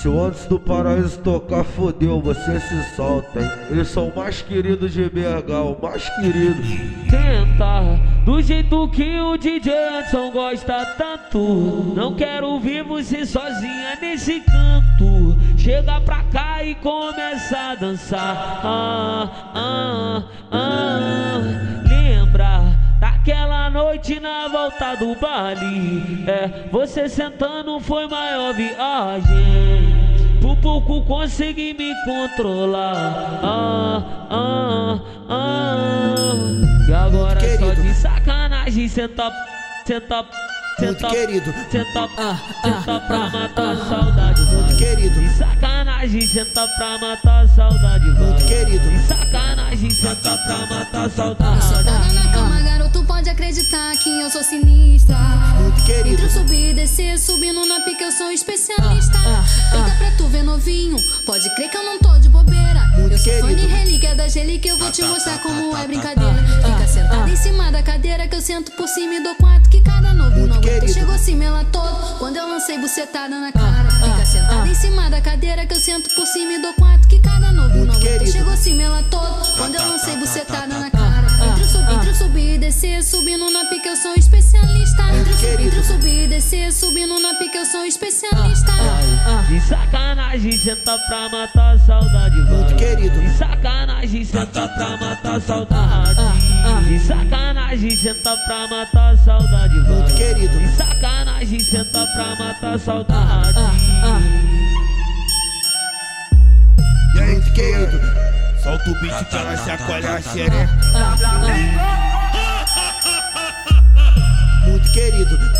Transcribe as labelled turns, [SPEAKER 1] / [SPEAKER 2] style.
[SPEAKER 1] Se o antes do paraíso tocar, fodeu, você se solta. hein? Eles são o mais queridos de BH, o mais querido.
[SPEAKER 2] Tenta, do jeito que o DJ Anderson gosta tanto. Não quero ver você sozinha nesse canto. Chega pra cá e começa a dançar. Ah, ah, ah. Lembra daquela noite na volta do baile? É, você sentando foi maior viagem. Por pouco consegui me controlar. Ah, ah, ah. E agora só
[SPEAKER 3] querido.
[SPEAKER 2] de sacanagem, tá, senta, senta,
[SPEAKER 3] Muito
[SPEAKER 2] senta,
[SPEAKER 3] querido.
[SPEAKER 2] senta,
[SPEAKER 3] Ah,
[SPEAKER 2] senta
[SPEAKER 3] ah,
[SPEAKER 2] tá, pra
[SPEAKER 3] ah,
[SPEAKER 2] matar a saudade. vai.
[SPEAKER 3] querido.
[SPEAKER 2] De sacanagem, senta pra matar a saudade. vai.
[SPEAKER 3] Muito querido. Ah,
[SPEAKER 2] De sacanagem, senta pra matar a
[SPEAKER 4] Você
[SPEAKER 2] saudade.
[SPEAKER 4] tava na cama, garoto, pode acreditar que eu sou sinistra.
[SPEAKER 3] Muito
[SPEAKER 4] Entre
[SPEAKER 3] querido.
[SPEAKER 4] eu subir e descer, subindo na pica, eu sou especialista.
[SPEAKER 3] Ah,
[SPEAKER 4] Eita pra tu ver novinho, pode crer que eu não tô de bobeira.
[SPEAKER 3] Muito
[SPEAKER 4] eu sou fã de
[SPEAKER 3] querido. Ah, tá,
[SPEAKER 4] relíquia da relíquia, eu vou te mostrar como é brincadeira. Fica sentado em cima da cadeira que eu sento por cima e dou quatro que cada novinho não aguenta.
[SPEAKER 3] querido. Ah,
[SPEAKER 4] Chegou assim, mela todo, quando eu lancei bucetada na cara. Fica sentado em cima da cadeira que eu sento por cima e dou quatro que cada novinho não aguenta.
[SPEAKER 3] querido. Tá,
[SPEAKER 4] Chegou assim, mela todo, quando eu lancei bucetada na cara. Entre eu subir, entre eu subir e descer, subindo na pica, eu sou um especialista. Entre eu subir, entre eu subir e descer, subindo na pica, eu sou um especialista.
[SPEAKER 2] Ah,
[SPEAKER 3] ah.
[SPEAKER 2] De sacanagem, senta pra matar a saudade. vai.
[SPEAKER 3] Muito querido. Ah,
[SPEAKER 2] De sacanagem, senta pra matar a saudade. De sacanagem, senta pra matar a saudade. vai.
[SPEAKER 3] Muito querido.
[SPEAKER 2] De sacanagem, senta pra matar a saudade.
[SPEAKER 3] Muito querido.
[SPEAKER 5] Solta o beat que ela chacoalha a xereca.
[SPEAKER 3] Muito querido.